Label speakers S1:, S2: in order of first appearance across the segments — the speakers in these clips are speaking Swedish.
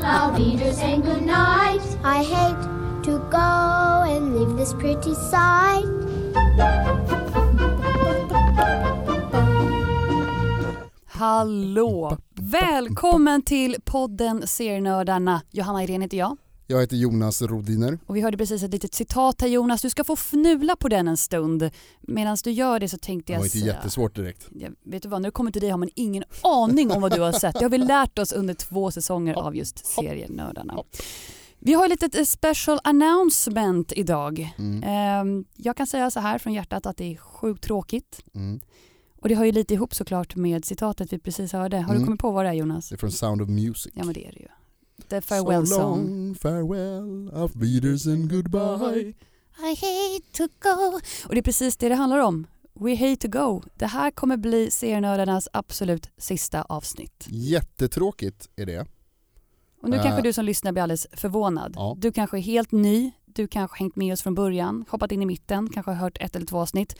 S1: stranger saying goodnight.
S2: I hate to go and leave this pretty sight.
S3: Hallå! Välkommen till podden Serienördarna. Johanna Irene heter jag.
S4: Jag heter Jonas Rodiner.
S3: Och vi hörde precis ett litet citat här Jonas. Du ska få fnula på den en stund. Medan du gör det så tänkte
S4: Det
S3: jag
S4: var inte jättesvårt direkt.
S3: Jag vet du vad, när det kommer till dig har man ingen aning om vad du har sett. Det har vi lärt oss under två säsonger av just serienördarna. Vi har ett litet eh, special announcement idag.
S4: Mm.
S3: Ehm, Jag kan säga så här från hjärtat att det är sjukt tråkigt.
S4: Mm.
S3: Och det hör ju lite ihop såklart med citatet vi precis hörde. Har du
S4: Mm.
S3: kommit på vad det är Jonas?
S4: Det är från Sound of Music.
S3: Ja men det är det ju. The farewell
S4: so long,
S3: song.
S4: farewell, auf Wiedersehen, goodbye.
S3: I hate to go. Och det är precis det det handlar om. We hate to go. Det här kommer bli serienördarnas absolut sista avsnitt.
S4: Jättetråkigt är det.
S3: Och nu
S4: Äh.
S3: kanske du som lyssnar blir alldeles förvånad.
S4: Ja.
S3: Du kanske är helt ny, du kanske har hängt med oss från början, hoppat in i mitten, kanske har hört ett eller två avsnitt.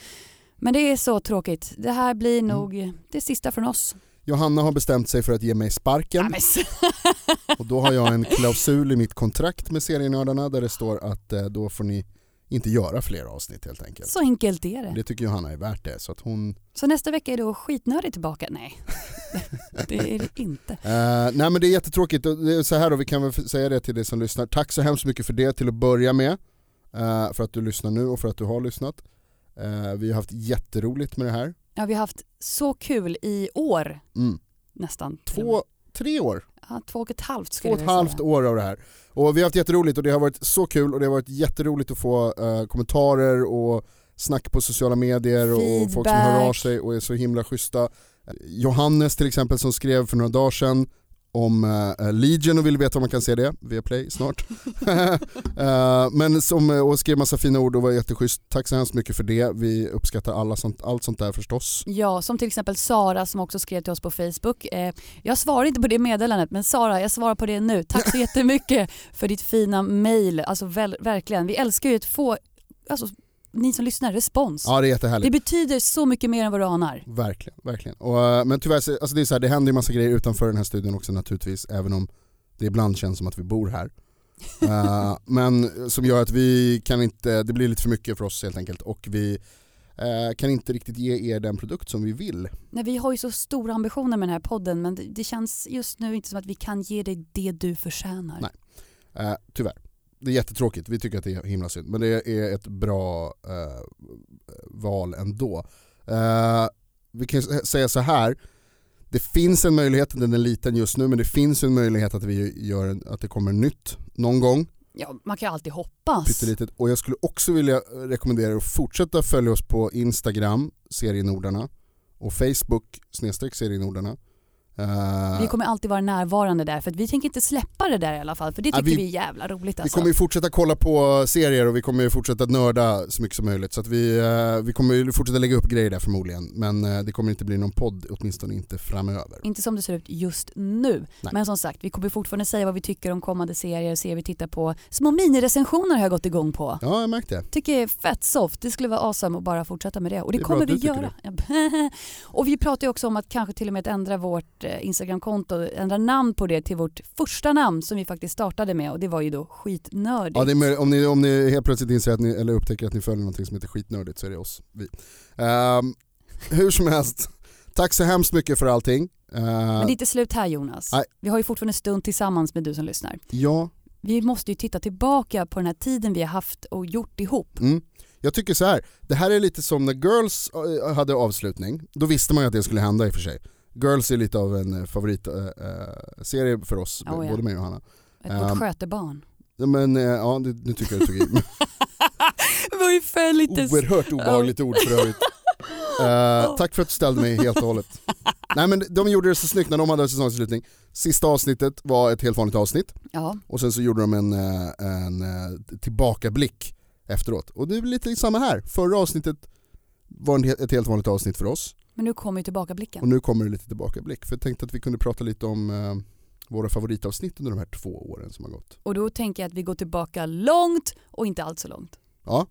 S3: Men det är så tråkigt. Det här blir
S4: Mm.
S3: nog det sista från oss.
S4: Johanna har bestämt sig för att ge mig sparken
S3: Nej, men s-
S4: och då har jag en klausul i mitt kontrakt med serienördarna där det står att eh, då får ni inte göra fler avsnitt helt enkelt.
S3: så enkelt är det.
S4: Det tycker Johanna är värt det. Så att hon,
S3: Så nästa vecka är då skitnödig tillbaka. Nej, det är det inte.
S4: eh, nej men det är jättetråkigt. Och det är Så här då, vi kan väl säga det till dig som lyssnar. Tack så hemskt mycket för det till att börja med. Eh, för att du lyssnar nu och för att du har lyssnat. Eh, vi har haft jätteroligt med det här.
S3: Ja, vi har haft så kul i år
S4: Mm.
S3: nästan.
S4: Två, tre år,
S3: ja, två och ett halvt
S4: två
S3: skulle
S4: och ett
S3: jag vilja säga.
S4: halvt år av det här. Och vi har haft jätteroligt och det har varit så kul och det har varit jätteroligt att få eh, kommentarer och snack på sociala medier och folk som hör av
S3: Feedback.
S4: sig och är så himla schyssta. Johannes till exempel som skrev för några dagar sedan om eh, Legion och vill veta om man kan se det via Play snart. Eh, men som, eh, och skrev massa fina ord och var jätteschysst. Tack så hemskt mycket för det. Vi uppskattar alla sånt, allt sånt där förstås.
S3: Ja, som till exempel Sara som också skrev till oss på Facebook. Eh, jag svarar inte på det meddelandet, men Sara, jag svarar på det nu. Tack så jättemycket för ditt fina mejl. Alltså väl, verkligen, vi älskar ju att få, alltså ni som lyssnar, respons.
S4: Ja det är jättehärligt.
S3: det betyder så mycket mer än vad du anar.
S4: Verkligen, verkligen. Och, eh, men tyvärr, så- alltså det, är så här, det händer ju massa grejer utanför den här studion också naturligtvis, även om det ibland känns som att vi bor här. Eh, men som gör att vi kan inte, det blir lite för mycket för oss helt enkelt och vi eh, kan inte riktigt ge er den produkt som vi vill.
S3: Nej, vi har ju så stora ambitioner med den här podden, men det, det känns just nu inte som att vi kan ge dig det du förtjänar.
S4: Nej. Eh, tyvärr. Det är jättetråkigt, vi tycker att det är himla synd. Men det är ett bra eh, val ändå. Eh, vi kan ju säga så här, det finns en möjlighet, den är liten just nu, men det finns en möjlighet att, vi gör en, att det kommer nytt någon gång.
S3: Ja, man kan ju alltid hoppas.
S4: Pyttelitet. Och jag skulle också vilja eh, rekommendera er att fortsätta följa oss på Instagram, Serienordarna, och Facebook, snedstreck Serienordarna. Eh,
S3: Vi kommer alltid vara närvarande där, för att vi tänker inte släppa det där i alla fall, för det
S4: Ja,
S3: tycker vi,
S4: vi-
S3: är jävla roligt.
S4: Vi
S3: Alltså.
S4: kommer ju fortsätta kolla på serier och vi kommer ju fortsätta nörda så mycket som möjligt. Så att vi, eh, vi kommer ju fortsätta lägga upp grejer där förmodligen. Men eh, det kommer inte bli någon podd, åtminstone inte framöver.
S3: Inte som det ser ut just nu.
S4: Nej.
S3: Men som sagt, vi kommer fortfarande säga vad vi tycker om kommande serier, serier vi tittar på. Små minirecensioner har jag gått igång på.
S4: Ja, jag märkte.
S3: Tycker jag är fett soft. Det skulle vara awesome att bara fortsätta med det. Och det,
S4: Det är bra
S3: kommer
S4: att du
S3: vi
S4: tycker
S3: göra. och vi pratar ju också om att kanske till och med att ändra vårt eh, Instagramkonto, ändra namn på det till vårt första namn som vi faktiskt startade med och det var ju då skitnördigt.
S4: Ja, det är möjligt. Om, ni, om ni helt plötsligt inser att ni, eller upptäcker att ni följer någonting som heter skitnördigt så är det oss. Vi. Ehm, hur som helst, tack så hemskt mycket för allting. Eh,
S3: Men det är inte slut här Jonas.
S4: Nej.
S3: Vi har ju fortfarande en stund tillsammans med du som lyssnar.
S4: Ja,
S3: Vi måste ju titta tillbaka på den här tiden vi har haft och gjort ihop.
S4: Mm. Jag tycker så här. det här är lite som när Girls eh, hade avslutning, då visste man ju att det skulle hända i och för sig. Girls är lite av en eh, favoritserie för oss,
S3: Oh, Ja, ja.
S4: både mig och Hanna.
S3: Ett vårt
S4: Ehm.
S3: skötebarn.
S4: Ja, Men eh, ja, nu- nu tycker jag du tog i.
S3: Det var ju för lite...
S4: Oerhört obehagligt ord för övrigt. Eh, tack för att du ställde mig helt och hållet. Nej men de gjorde det så snyggt när de hade säsongsavslutning. Sista avsnittet var ett helt vanligt avsnitt
S3: Ja,
S4: och sen så gjorde de en, eh, en eh, tillbakablick efteråt. Och det är lite samma här, förra avsnittet var en, he- ett helt vanligt avsnitt för oss.
S3: men nu kommer ju tillbakablicken.
S4: Och nu kommer det lite tillbakablick. För jag tänkte att vi kunde prata lite om eh, våra favoritavsnitt under de här två åren som har gått.
S3: Och då tänker jag att vi går tillbaka långt och inte allt så långt.
S4: Ja.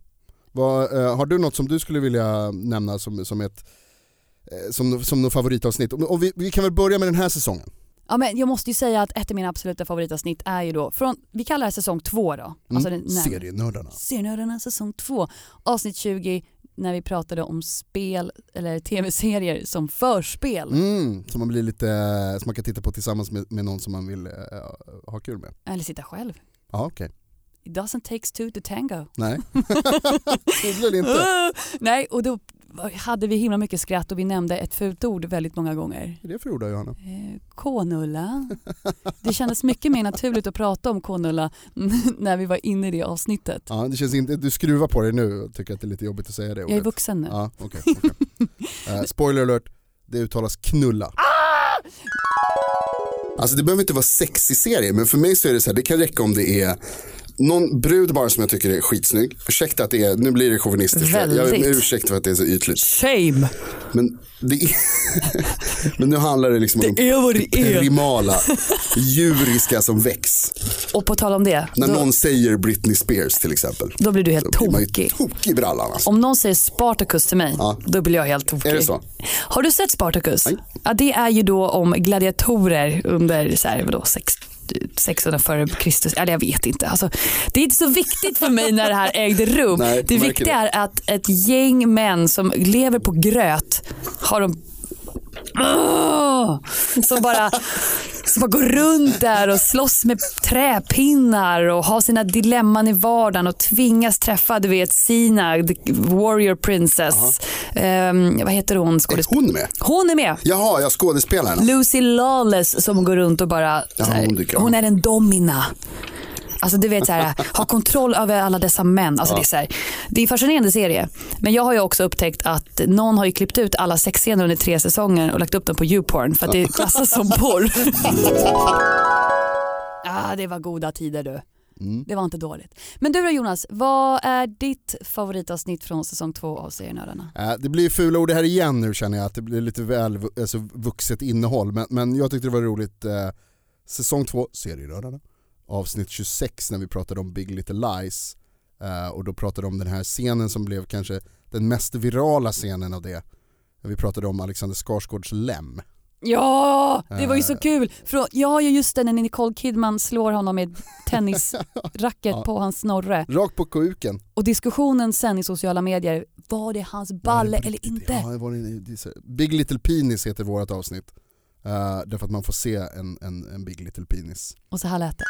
S4: Vad, eh, har du något som du skulle vilja nämna som, som ett eh, som, som något favoritavsnitt? Och, och vi, vi kan väl börja med den här säsongen.
S3: Ja, men jag måste ju säga att ett av mina absoluta favoritavsnitt är ju då från, vi kallar det här säsong två
S4: Mm,
S3: då. Alltså den, när-
S4: Serienördarna.
S3: Serienördarna säsong två, avsnitt 20 när vi pratade om spel eller tv-serier som förspel.
S4: Mm, som man blir lite, som man kan titta på tillsammans med, med någon som man vill eh, ha kul med.
S3: Eller sitta själv.
S4: Ja okej,
S3: It doesn't takes two to tango.
S4: nej. Tydligen inte.
S3: Nej, och då hade vi himla mycket skratt och vi nämnde ett fult ord väldigt många gånger.
S4: Är det för ord då, Johanna?
S3: Eh, Kånulla. Det kändes mycket mer naturligt att prata om Kånulla när vi var inne i det avsnittet.
S4: Ja, det känns inte, du skruvar på dig nu och tycker att det är lite jobbigt att säga det
S3: Jag är
S4: ordet.
S3: vuxen nu.
S4: Ja, okej. okej. Eh, spoiler alert, det uttalas knulla.
S3: Ah!
S1: Alltså det behöver inte vara sexig serie, men för mig så är det så här, det kan räcka om det är någon brud bara som jag tycker är skitsnygg. Ursäkta att det är, nu blir det chauvinistiskt. Jag- Jag
S3: Väldigt.
S1: ber ursäkt för att det är så ytligt.
S3: Shame!
S1: Men, det är, men nu handlar det liksom om
S3: Det är vad det är.
S1: primala, djuriska som väcks.
S3: Och på tal om det,
S1: När
S3: då,
S1: någon säger Britney Spears till exempel.
S3: då blir du helt
S1: Då blir man ju
S3: tokig.
S1: tokig i brallan alltså.
S3: Om någon säger Spartacus till mig, då blir jag helt tokig.
S1: Är det så?
S3: Har du sett Spartacus? Ja, det är ju då om gladiatorer under så här, vadå, sex, 600 före Kristus. Eller jag vet inte. Alltså, det är inte så viktigt för mig när det här ägde rum.
S1: Nej,
S3: det
S1: märker
S3: viktiga är att ett gäng män som lever på gröt har de Åh! som bara, som bara går runt där och slåss med träpinnar och har sina dilemman i vardagen och tvingas träffa, du vet, Sina, the warrior princess. Ehm, vad heter hon
S1: Är
S3: skådespelaren?
S1: hon med?
S3: Hon är med.
S1: Jaha, jag skådespelaren.
S3: Lucy Lawless som går runt och bara,
S1: Ja,
S3: så här,
S1: hon dyker upp.
S3: hon är en domina. Alltså du vet så här, ha kontroll över alla dessa män. Alltså, det, är så här, det är en fascinerande serie. Men jag har ju också upptäckt att någon har ju klippt ut alla sexscener under tre säsonger och lagt upp dem på YouPorn för att det klassas som porr. ah, det var goda tider du.
S1: Mm.
S3: Det var inte dåligt. Men du då Jonas, vad är ditt favoritavsnitt från säsong två av Serienördarna?
S4: Eh, Det blir fula ord här igen nu känner jag, att det blir lite väl vu- alltså, vuxet innehåll. Men, men jag tyckte det var roligt, eh, säsong 2, serierörarna, avsnitt 26 när vi pratade om Big Little Lies. Eh, och då pratade de om den här scenen som blev kanske den mest virala scenen av det. Vi pratade om Alexander Skarsgårds lem.
S3: Ja, det var ju så
S4: Eh.
S3: kul. För, ja, ju just det när Nicole Kidman slår honom med ett tennisracket
S4: Ja.
S3: på hans snorre.
S4: Rakt på kuken.
S3: Och diskussionen sen i sociala medier, var det hans balle
S4: Ja, det är på
S3: eller
S4: riktigt.
S3: inte?
S4: Ja, det var det, det är så- Big Little Penis heter vårt avsnitt. Eh, därför att man får se en, en, en Big Little Penis.
S3: Och så här lät det.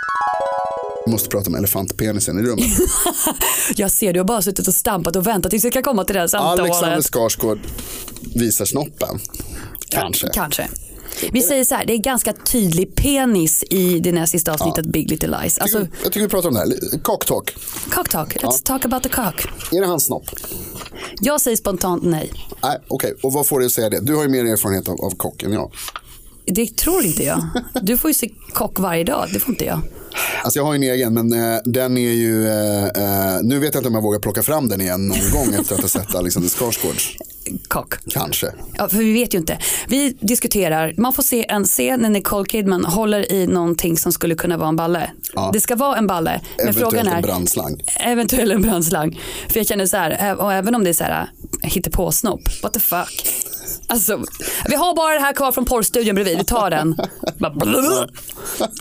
S1: Vi måste prata om elefantpenisen i rummet.
S3: Jag ser, du har bara suttit och stampat och väntat tills jag ska komma till det här
S1: Alexander Skarsgård visar snoppen. Kanske.
S3: Kanske. Vi säger så här, det är ganska tydlig penis i det näst sista avsnittet Big Little Lies. Alltså,
S1: Jag tycker vi pratar om det här. Cocktalk.
S3: cock talk, let's talk about the cock.
S1: Är det hans snopp?
S3: Jag säger spontant nej.
S1: Nej, okej. Och vad får du att säga det? Du har ju mer erfarenhet av, av kock än jag.
S3: Det tror inte jag. Du får ju se kock varje dag, det får inte jag.
S1: Alltså jag har ju en egen, men eh, den är ju... Eh, eh, nu vet jag inte om jag vågar plocka fram den igen någon gång efter att ha sett Alexander Skarsgårds.
S3: Kock.
S1: Kanske.
S3: Ja, för vi vet ju inte. Vi diskuterar, man får se en scen när Nicole Kidman håller i någonting som skulle kunna vara en balle. Det ska vara en balle, men
S1: Eventuellt
S3: frågan
S1: en
S3: är
S1: brandslang.
S3: eventuellt en brandslang. För jag känner så här, ä- och även om det är så här eh, hittepåsnopp, what the fuck. Alltså, vi har bara det här kvar från porrstudion bredvid, vi tar den. Bara blablabla.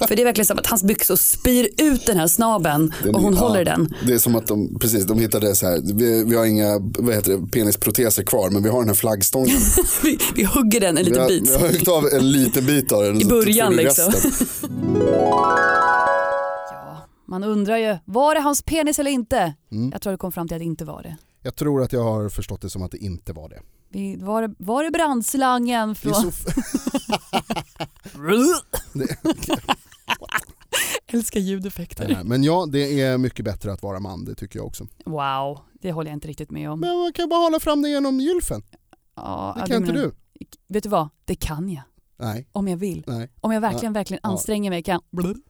S3: För det är verkligen som att hans byxor spyr ut den här snabeln
S1: Den
S3: och
S1: är-
S3: hon håller
S1: ja,
S3: den.
S1: Det är som att de, precis, de hittade så här, vi, vi har inga vad heter det, penisproteser kvar men vi har den här flaggstången.
S3: Vi, vi hugger den
S1: vi,
S3: en liten
S1: har,
S3: bit.
S1: vi har huggit av en liten bit av den. och så
S3: början,
S1: får vi
S3: liksom.
S1: resten.
S3: Ja, man undrar ju, var det hans penis eller inte?
S4: Mm.
S3: Jag tror det kom fram till att det inte var det.
S4: Jag tror att jag har förstått det som att det inte var det.
S3: Vi, var, det var det brandslangen
S4: Det är
S3: från...
S4: så f-
S3: Älskar ljudeffekter.
S4: Nej, nej. Men ja, det är mycket bättre att vara man, det tycker jag också.
S3: Wow, det håller jag inte riktigt med om.
S4: Men man kan bara hålla fram det genom gylfen,
S3: Ja,
S4: det
S3: ja,
S4: kan inte
S3: menar-
S4: du.
S3: Vet du vad? Det kan jag.
S4: Nej,
S3: Om jag vill.
S4: nej.
S3: Om jag verkligen, verkligen
S4: Ja.
S3: anstränger mig kan jag...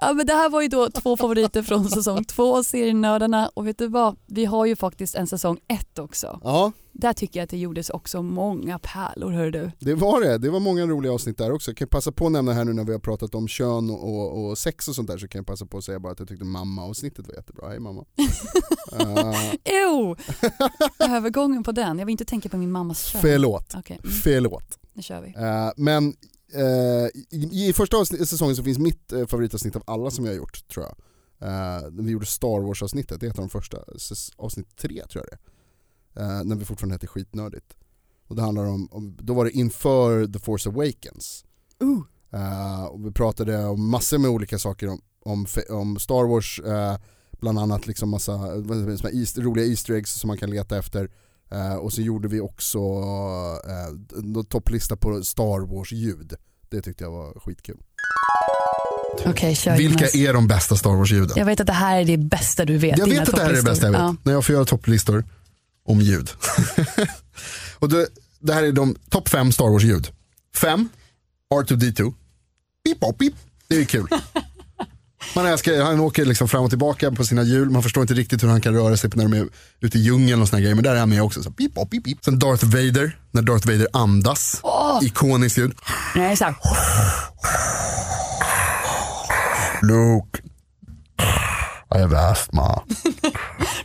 S3: Ja, men det här var ju då två favoriter från säsong två av Serienördarna och vet du vad? Vi har ju faktiskt en säsong ett också.
S4: Ja,
S3: Där tycker jag att det gjordes också många pärlor hör du.
S4: det var det. Det var många roliga avsnitt där också. Jag kan passa på att nämna här nu när vi har pratat om kön och, och, och sex och sånt där så kan jag passa på att säga bara att jag tyckte mamma-avsnittet var jättebra. Hej mamma. Eh,
S3: Jo! Övergången på den. Jag vill inte tänka på min mammas kön.
S4: förlåt,
S3: Okej.
S4: förlåt.
S5: mm. nu kör vi.
S4: Eh, men eh, i, i första avsn- säsongen så finns mitt eh, favoritavsnitt av alla som jag har gjort tror jag. Eh, när vi gjorde Star Wars-avsnittet, det är ett av de första, säs- avsnitt tre tror jag det är. eh, När vi fortfarande hette Skitnördigt. Och det handlar om, om, då var det inför The Force Awakens.
S5: Uh.
S4: Eh, och vi pratade om massor med olika saker om, om, fe- om Star Wars, eh, bland annat liksom massa vad heter det, såna här east, roliga Easter eggs som man kan leta efter. Eh, och så gjorde vi också eh, en topplista på Star Wars-ljud. Det tyckte jag var skitkul.
S5: Okej, kör
S4: Vilka
S5: Jonas.
S4: är de bästa Star Wars-ljuden?
S5: Jag vet att det här är det bästa du vet.
S4: Jag
S5: dina
S4: vet att det här är det
S5: topplistor.
S4: bästa jag vet.
S5: Ja.
S4: När jag får göra topplistor om ljud. och det, det här är de topp fem Star Wars-ljud. Fem, R2D2. Pip, pop, pip. Det är ju kul. Man älskar, han åker liksom fram och tillbaka på sina hjul. Man förstår inte riktigt hur han kan röra sig när de är ute i djungeln och såna här grejer. Men där är han med också. Så, pip, pop, pip, pip. Sen Darth Vader, när Darth Vader andas. Ikoniskt ljud.
S5: Nej, så här.
S4: Luke. I have asthma.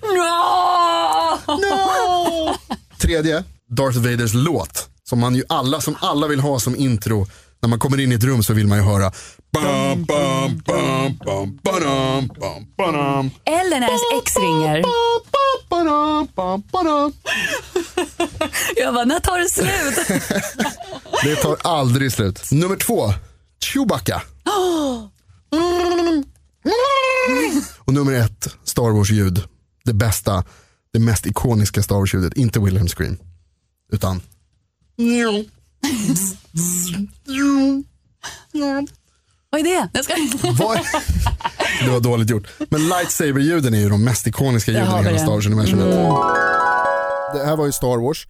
S5: No!
S4: No! Tredje, Darth Vaders låt. Som, man ju alla, som alla vill ha som intro. När man kommer in i ett rum så vill man ju höra. Bam, bam, bam, bam, badam, bam, badam,
S5: Eller när ens ex ringer.
S4: bam, bam, badam, bam, badam.
S5: Jag bara, när tar det slut?
S4: Det tar aldrig slut. Nummer två, Chewbacca. Och nummer ett, Star Wars-ljud. Det bästa, det mest ikoniska Star Wars-ljudet. Inte Wilhelm Scream, utan...
S5: Vad är det? Jag ska...
S4: Vad- Det var dåligt gjort. Men lightsaber-ljuden är ju de mest ikoniska
S5: Där
S4: ljuden
S5: har
S4: i
S5: vi det.
S4: hela
S5: Mm.
S4: Star Wars-universumet. Det här var ju Star Wars.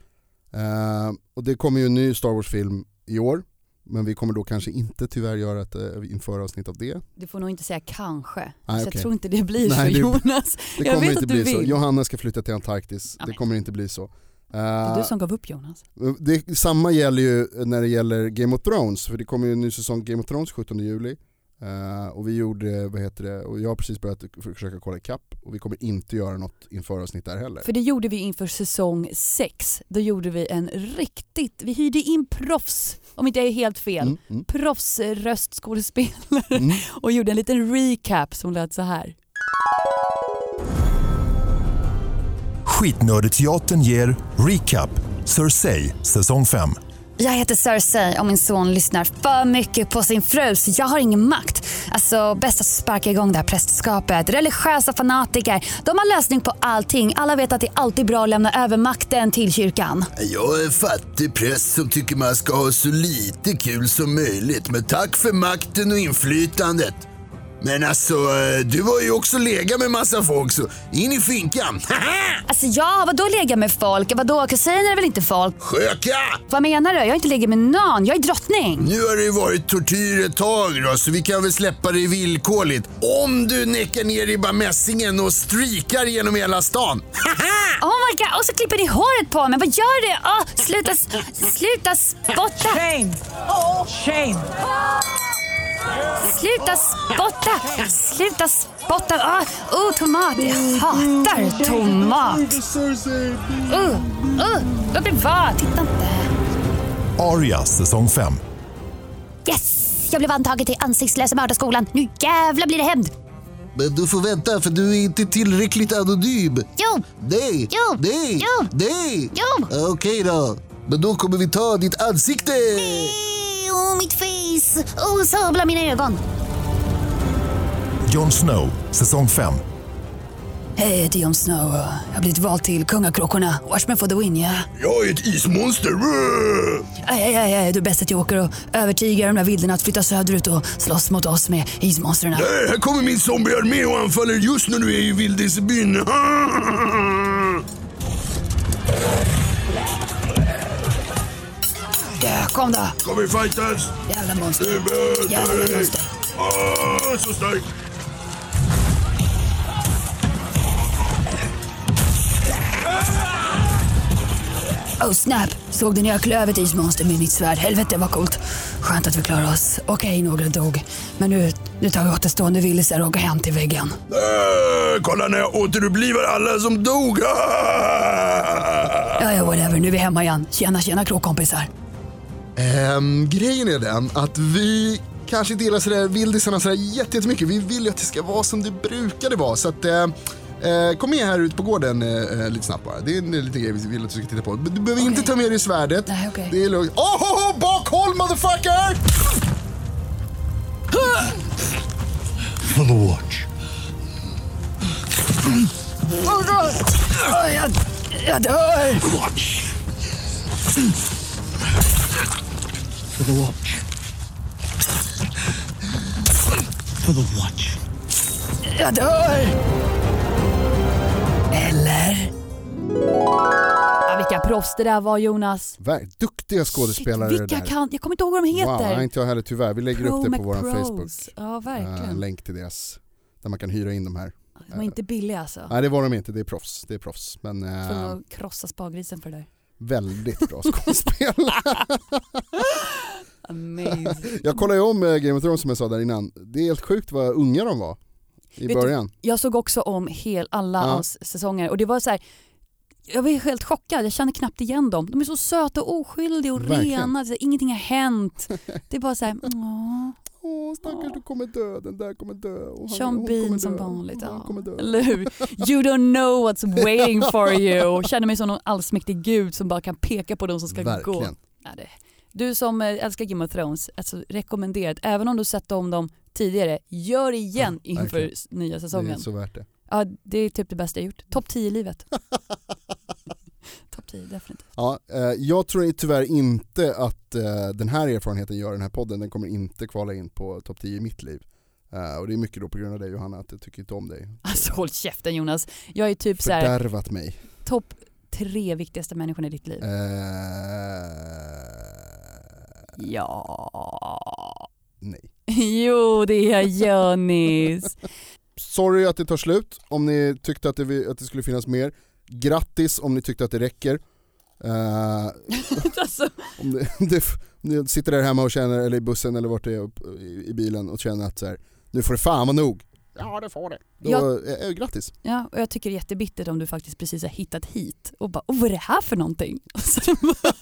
S4: Eh, och det kommer ju en ny Star Wars-film i år. Men vi kommer då kanske inte tyvärr göra ett eh, införavsnitt av det.
S5: Du får nog inte säga kanske.
S4: Nej,
S5: så jag
S4: okej.
S5: tror inte det blir
S4: Nej,
S5: så
S4: det-
S5: Jonas.
S4: Det
S5: jag
S4: kommer
S5: vet
S4: inte
S5: att du
S4: bli
S5: vill.
S4: så. Johanna ska flytta till Antarktis.
S5: Ja,
S4: det
S5: men-
S4: kommer inte bli så. Eh,
S5: Det är du som gav upp Jonas.
S4: det, samma gäller ju när det gäller Game of Thrones. För det kommer ju en ny säsong Game of Thrones 17 juli. Eh, och vi gjorde, vad heter det, och jag har precis börjat försöka kolla ikapp. Och vi kommer inte göra något införavsnitt där heller.
S5: För det gjorde vi inför säsong 6. Då gjorde vi en riktigt, vi hyrde in proffs, om inte jag är helt fel,
S4: Mm, mm,
S5: proffsröstskådespelare
S4: mm.
S5: och gjorde en liten recap som lät så här.
S6: Skitnödigt-teatern ger Recap Cersei säsong 5.
S3: Jag heter Cersei och min son lyssnar för mycket på sin fru så jag har ingen makt. Alltså bäst att sparka igång det här prästerskapet. Religiösa fanatiker, de har lösning på allting. Alla vet att det är alltid bra att lämna över makten till kyrkan.
S7: Jag är en fattig präst som tycker man ska ha så lite kul som möjligt. Men tack för makten och inflytandet. Men alltså, eh, du har ju också legat med massa folk så in i finkan. Haha!
S3: Alltså ja, vadå lägga med folk? Vadå, kusiner är väl inte folk?
S7: Sköka!
S3: Vad menar du? Jag har inte legat med någon, jag är drottning.
S7: Nu har det ju varit tortyr ett tag då, så vi kan väl släppa dig villkorligt. Om du näckar ner i bara mässingen och strikar genom hela stan.
S3: Oh my god, och så klipper ni håret på mig. Vad gör du? Ah, sluta, s- sluta spotta!
S8: Shame! Shame!
S3: Sluta spotta! Sluta spotta! Ah, oh, tomat! Jag hatar tomat! Uh, uh, låt det vara! Titta inte.
S6: Aria säsong 5.
S3: Yes! Jag blev antagen till ansiktslösa mördarskolan. Nu jävla blir det hämnd!
S7: Men du får vänta för du är inte tillräckligt anonym.
S3: Jo,
S7: Nej,
S3: Jo.
S7: nej,
S3: Jo.
S7: nej.
S3: jo!
S7: Okej då. Men då kommer vi ta ditt ansikte.
S3: Oh, mitt face! Oh, sabla mina ögon!
S6: Jon Snow säsong 5.
S3: Hej, det är Jon Snow. Jag har blivit vald till kungakrockorna. Watchmen for the win, ja.
S7: Jag är ett ismonster.
S3: Aj, aj, aj, du är bäst att jag åker och övertygar de där vilderna att flytta söderut och slåss mot oss med ismonstren.
S7: Nej, här kommer min zombiearmé och anfaller just när du är i vildisbyn.
S3: Dö, kom då!
S7: Ska vi fightas?
S3: Jävla monster.
S7: Du möter
S3: Jävla
S7: dig.
S3: monster.
S7: Ah, så stark.
S3: Oh snap! Såg du när jag klöv ett ismonster med mitt svärd? Helvete vad coolt! Skönt att vi klarade oss. Okej, några dog. Men nu, nu tar vi återstående villisar och går hem till väggen.
S7: Nej, Eh, kolla när jag återupplivar alla som dog. Ah!
S3: Ja, ja, whatever. Nu är vi hemma igen. Tjena, tjena kråkkompisar.
S7: Ehm, grejen är den att vi kanske inte gillar sådär vildisarna sådär jätte- jättemycket. Vi vill ju att det ska vara som det brukade vara. Så att, eh, eh, kom med här ute på gården eh, eh, lite snabbt bara. Det är en liten grej vi vill att du ska titta på. Men Du behöver inte ta med dig svärdet.
S9: Nej, okej.
S7: Det är lugnt. Oh, oh, oh, bakhåll motherfucker!
S10: Follow watch.
S9: Åh, Jag, jag dör!
S10: Follow watch.
S9: Jag dör! Eller?
S3: Ja, vilka proffs det där var Jonas.
S4: Ver- Duktiga skådespelare
S3: Shit, vilka
S4: det där.
S3: kan, jag kommer inte ihåg vad de
S4: Wow,
S3: heter.
S4: nej, inte jag heller tyvärr. Vi lägger upp det på vår
S3: McPros.
S4: Facebook.
S3: Ja
S4: Eh, en
S3: verkligen.
S4: länk till deras, där man kan hyra in de här.
S3: de var inte billiga alltså.
S4: Nej det var de inte, det är proffs. Det är proffs. Men eh,
S3: Tvungen att krossa spargrisen för det där.
S4: väldigt bra skådespelare.
S3: Amazing.
S4: jag kollade ju om eh, Game of Thrones som jag sa där innan. Det är helt sjukt vad unga de var i
S3: Vet du-
S4: början.
S3: Jag såg också om hel, alla
S4: Ja.
S3: hans säsonger och det var så här. Jag var helt chockad, jag kände knappt igen dem. De är så söta och oskyldiga och
S4: Verkligen.
S3: rena, så här, ingenting har hänt. Det är bara så här, åh,
S4: Åh stackars du kommer dö, den där kommer dö. Och han-
S3: Sean
S4: hon kommer
S3: Bean
S4: dö,
S3: som vanligt.
S4: Han
S3: Ja.
S4: kommer dö.
S3: Eller hur? You don't know what's waiting for you. Känner mig som någon allsmäktig gud som bara kan peka på de som ska gå.
S4: Verkligen.
S3: Ja, det. Du som eh, älskar Game of Thrones, alltså rekommenderat, även om du sett om dem tidigare, gör det igen
S4: Ja,
S3: inför
S4: verkligen.
S3: s- nya
S4: Det är
S3: säsongen.
S4: så värt det.
S3: Ja, det är typ det bästa jag gjort. Topp 10 i livet. Topp 10, definitivt.
S4: Ja, eh, jag tror tyvärr inte att eh, den här erfarenheten gör den här podden. Den kommer inte kvala in på topp 10 i mitt liv. Eh, och det är mycket då på grund av dig Johanna, att jag tycker inte om dig.
S3: Alltså håll käften Jonas. Jag är typ så här
S4: Fördärvat mig.
S3: topp tre viktigaste människorna i ditt liv.
S4: Eh,
S3: Ja.
S4: nej.
S3: Jo, det är jag Jonis.
S4: Sorry att det tar slut om ni tyckte att det, vi- att det skulle finnas mer. Grattis om ni tyckte att det räcker. Eh,
S3: alltså,
S4: om, det, om, det, om ni sitter där hemma och känner, eller i bussen eller vart det är, upp- i, i bilen och känner att så här, nu får det fan vara nog. Ja det får det. Då,
S3: Jag-
S4: eh, eh, grattis.
S3: ja, och jag tycker det är jättebittert om du faktiskt precis har hittat hit och bara, oh, vad är det här för någonting? Och så bara,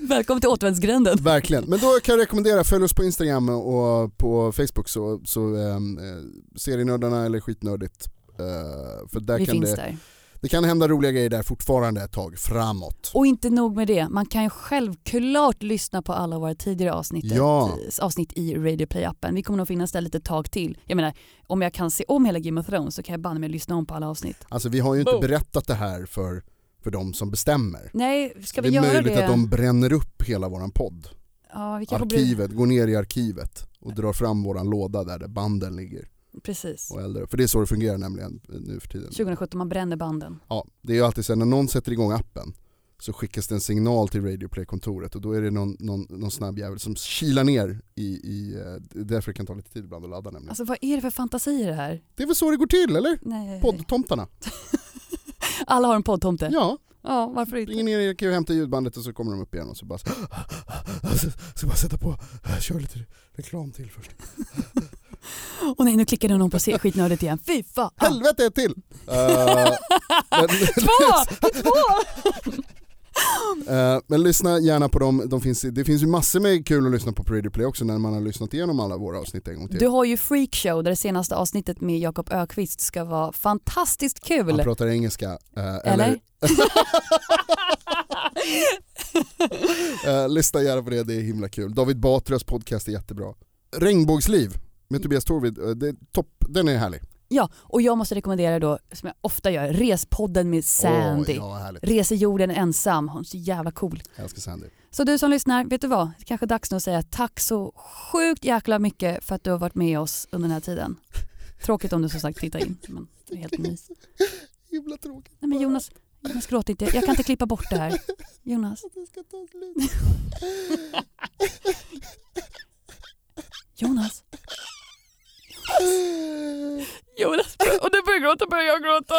S3: Välkommen till återvändsgränden.
S4: Verkligen, men då kan jag rekommendera följ oss på Instagram och på Facebook så, så ehm, eh, serienördarna eller skitnördigt. Eh, för där
S3: Vi
S4: kan
S3: finns
S4: det,
S3: där.
S4: det kan hända roliga grejer där fortfarande ett tag framåt.
S3: Och inte nog med det, man kan ju självklart lyssna på alla våra tidigare avsnitt, eh,
S4: Ja.
S3: avsnitt i Radio Play-appen. Vi kommer nog finnas där lite tag till. Jag menar, om jag kan se om hela Game of Thrones så kan jag banne mig lyssna om på alla avsnitt.
S4: Alltså vi har ju inte
S3: Boom.
S4: berättat det här för, för de som bestämmer.
S3: Nej, ska vi
S4: det är
S3: göra
S4: möjligt
S3: det?
S4: att de bränner upp hela våran podd.
S3: Ja, vi kanske blir...
S4: Arkivet, går ner i arkivet och drar fram våran låda där, där banden ligger
S3: Precis.
S4: och eldar upp. För det är så det fungerar nämligen eh, nu för tiden.
S3: 2017, man bränner banden.
S4: Ja, det är ju alltid så här, när någon sätter igång appen så skickas det en signal till Radioplay-kontoret och då är det någon, någon, någon snabb jävel som kilar ner i, i eh, det är därför det kan ta lite tid ibland att ladda nämligen.
S3: Alltså Eh. vad är det för fantasier det här?
S4: det är väl så det går till eller?
S3: Nej.
S4: Poddtomtarna.
S3: Alla har en poddtomte. Ja.
S4: Ja,
S3: varför
S4: ringer
S3: inte?
S4: ner i arkivet, hämtar ljudbandet och så kommer de upp igen och så bara så, ska bara sätta på, Äh, kör lite reklam till först.
S3: Åh nej, nu klickade någon på se skitnödigt igen. Fy fan!
S4: Ah! Helvete ett till! Eh, men-
S3: Två! Två!
S4: Eh, men lyssna gärna på dem, de finns, det finns ju massor med kul att lyssna på på Radio Play också när man har lyssnat igenom alla våra avsnitt en gång till.
S3: Du har ju Freakshow där det senaste avsnittet med Jakob Ökvist ska vara fantastiskt kul.
S4: Han pratar engelska. eh,
S3: eller?
S4: eller? eh, lyssna gärna på det, det är himla kul. David Batras podcast är jättebra. Regnbågsliv med Tobias Torvid, eh, det är topp, den är härlig.
S3: Ja, och jag måste rekommendera då, som jag ofta gör, Respodden med Sandy.
S4: Åh, ja, vad härligt.
S3: Reser jorden ensam, hon är så jävla cool.
S4: Jag älskar Sandy.
S3: Så du som lyssnar, vet du vad? Det är kanske är dags nu att säga tack så sjukt jäkla mycket för att du har varit med oss under den här tiden. Tråkigt om du som sagt tittar in, men det är helt mys.
S4: Himla tråkigt.
S3: Nej men Jonas, Jonas gråt inte. Jag kan inte klippa bort det här. Jonas,
S4: Det ska ta slut.
S3: Jonas. Jonas, och du börjar gråta börjar jag gråta.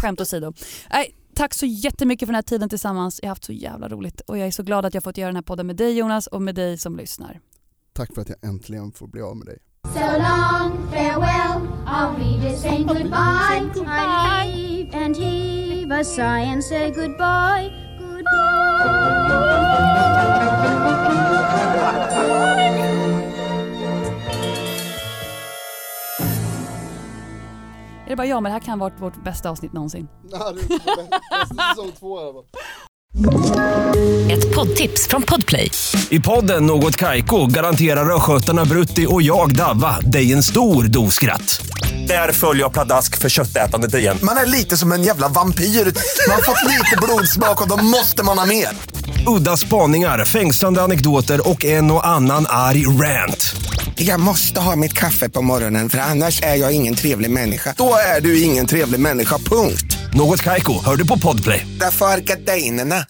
S3: Skämt åsido. Nej, tack så jättemycket för den här tiden tillsammans. Jag har haft så jävla roligt och jag är så glad att jag fått göra den här podden med dig Jonas och med dig som lyssnar.
S4: Tack för att jag äntligen får bli av med dig.
S2: So long, farewell, our readers saying goodbye. Unheave and heave a sigh and say goodbye, goodbye.
S3: Är det bara jag, men det här kan ha varit vårt bästa avsnitt någonsin.
S4: Ja, det är säsong två i alla fall.
S8: Ett poddtips från Podplay.
S11: I podden Något Kaiko garanterar östgötarna Brutti och jag, Davva, dig en stor dos skratt. Där följer jag pladask för köttätandet igen.
S12: Man är lite som en jävla vampyr. Man har fått lite blodsmak och då måste man ha mer.
S11: Udda spaningar, fängslande anekdoter och en och annan arg rant.
S13: Jag måste ha mitt kaffe på morgonen för annars är jag ingen trevlig människa.
S12: Då är du ingen trevlig människa, punkt.
S11: Något Kaiko, hör du på Podplay.
S13: Därför arkadeinerna.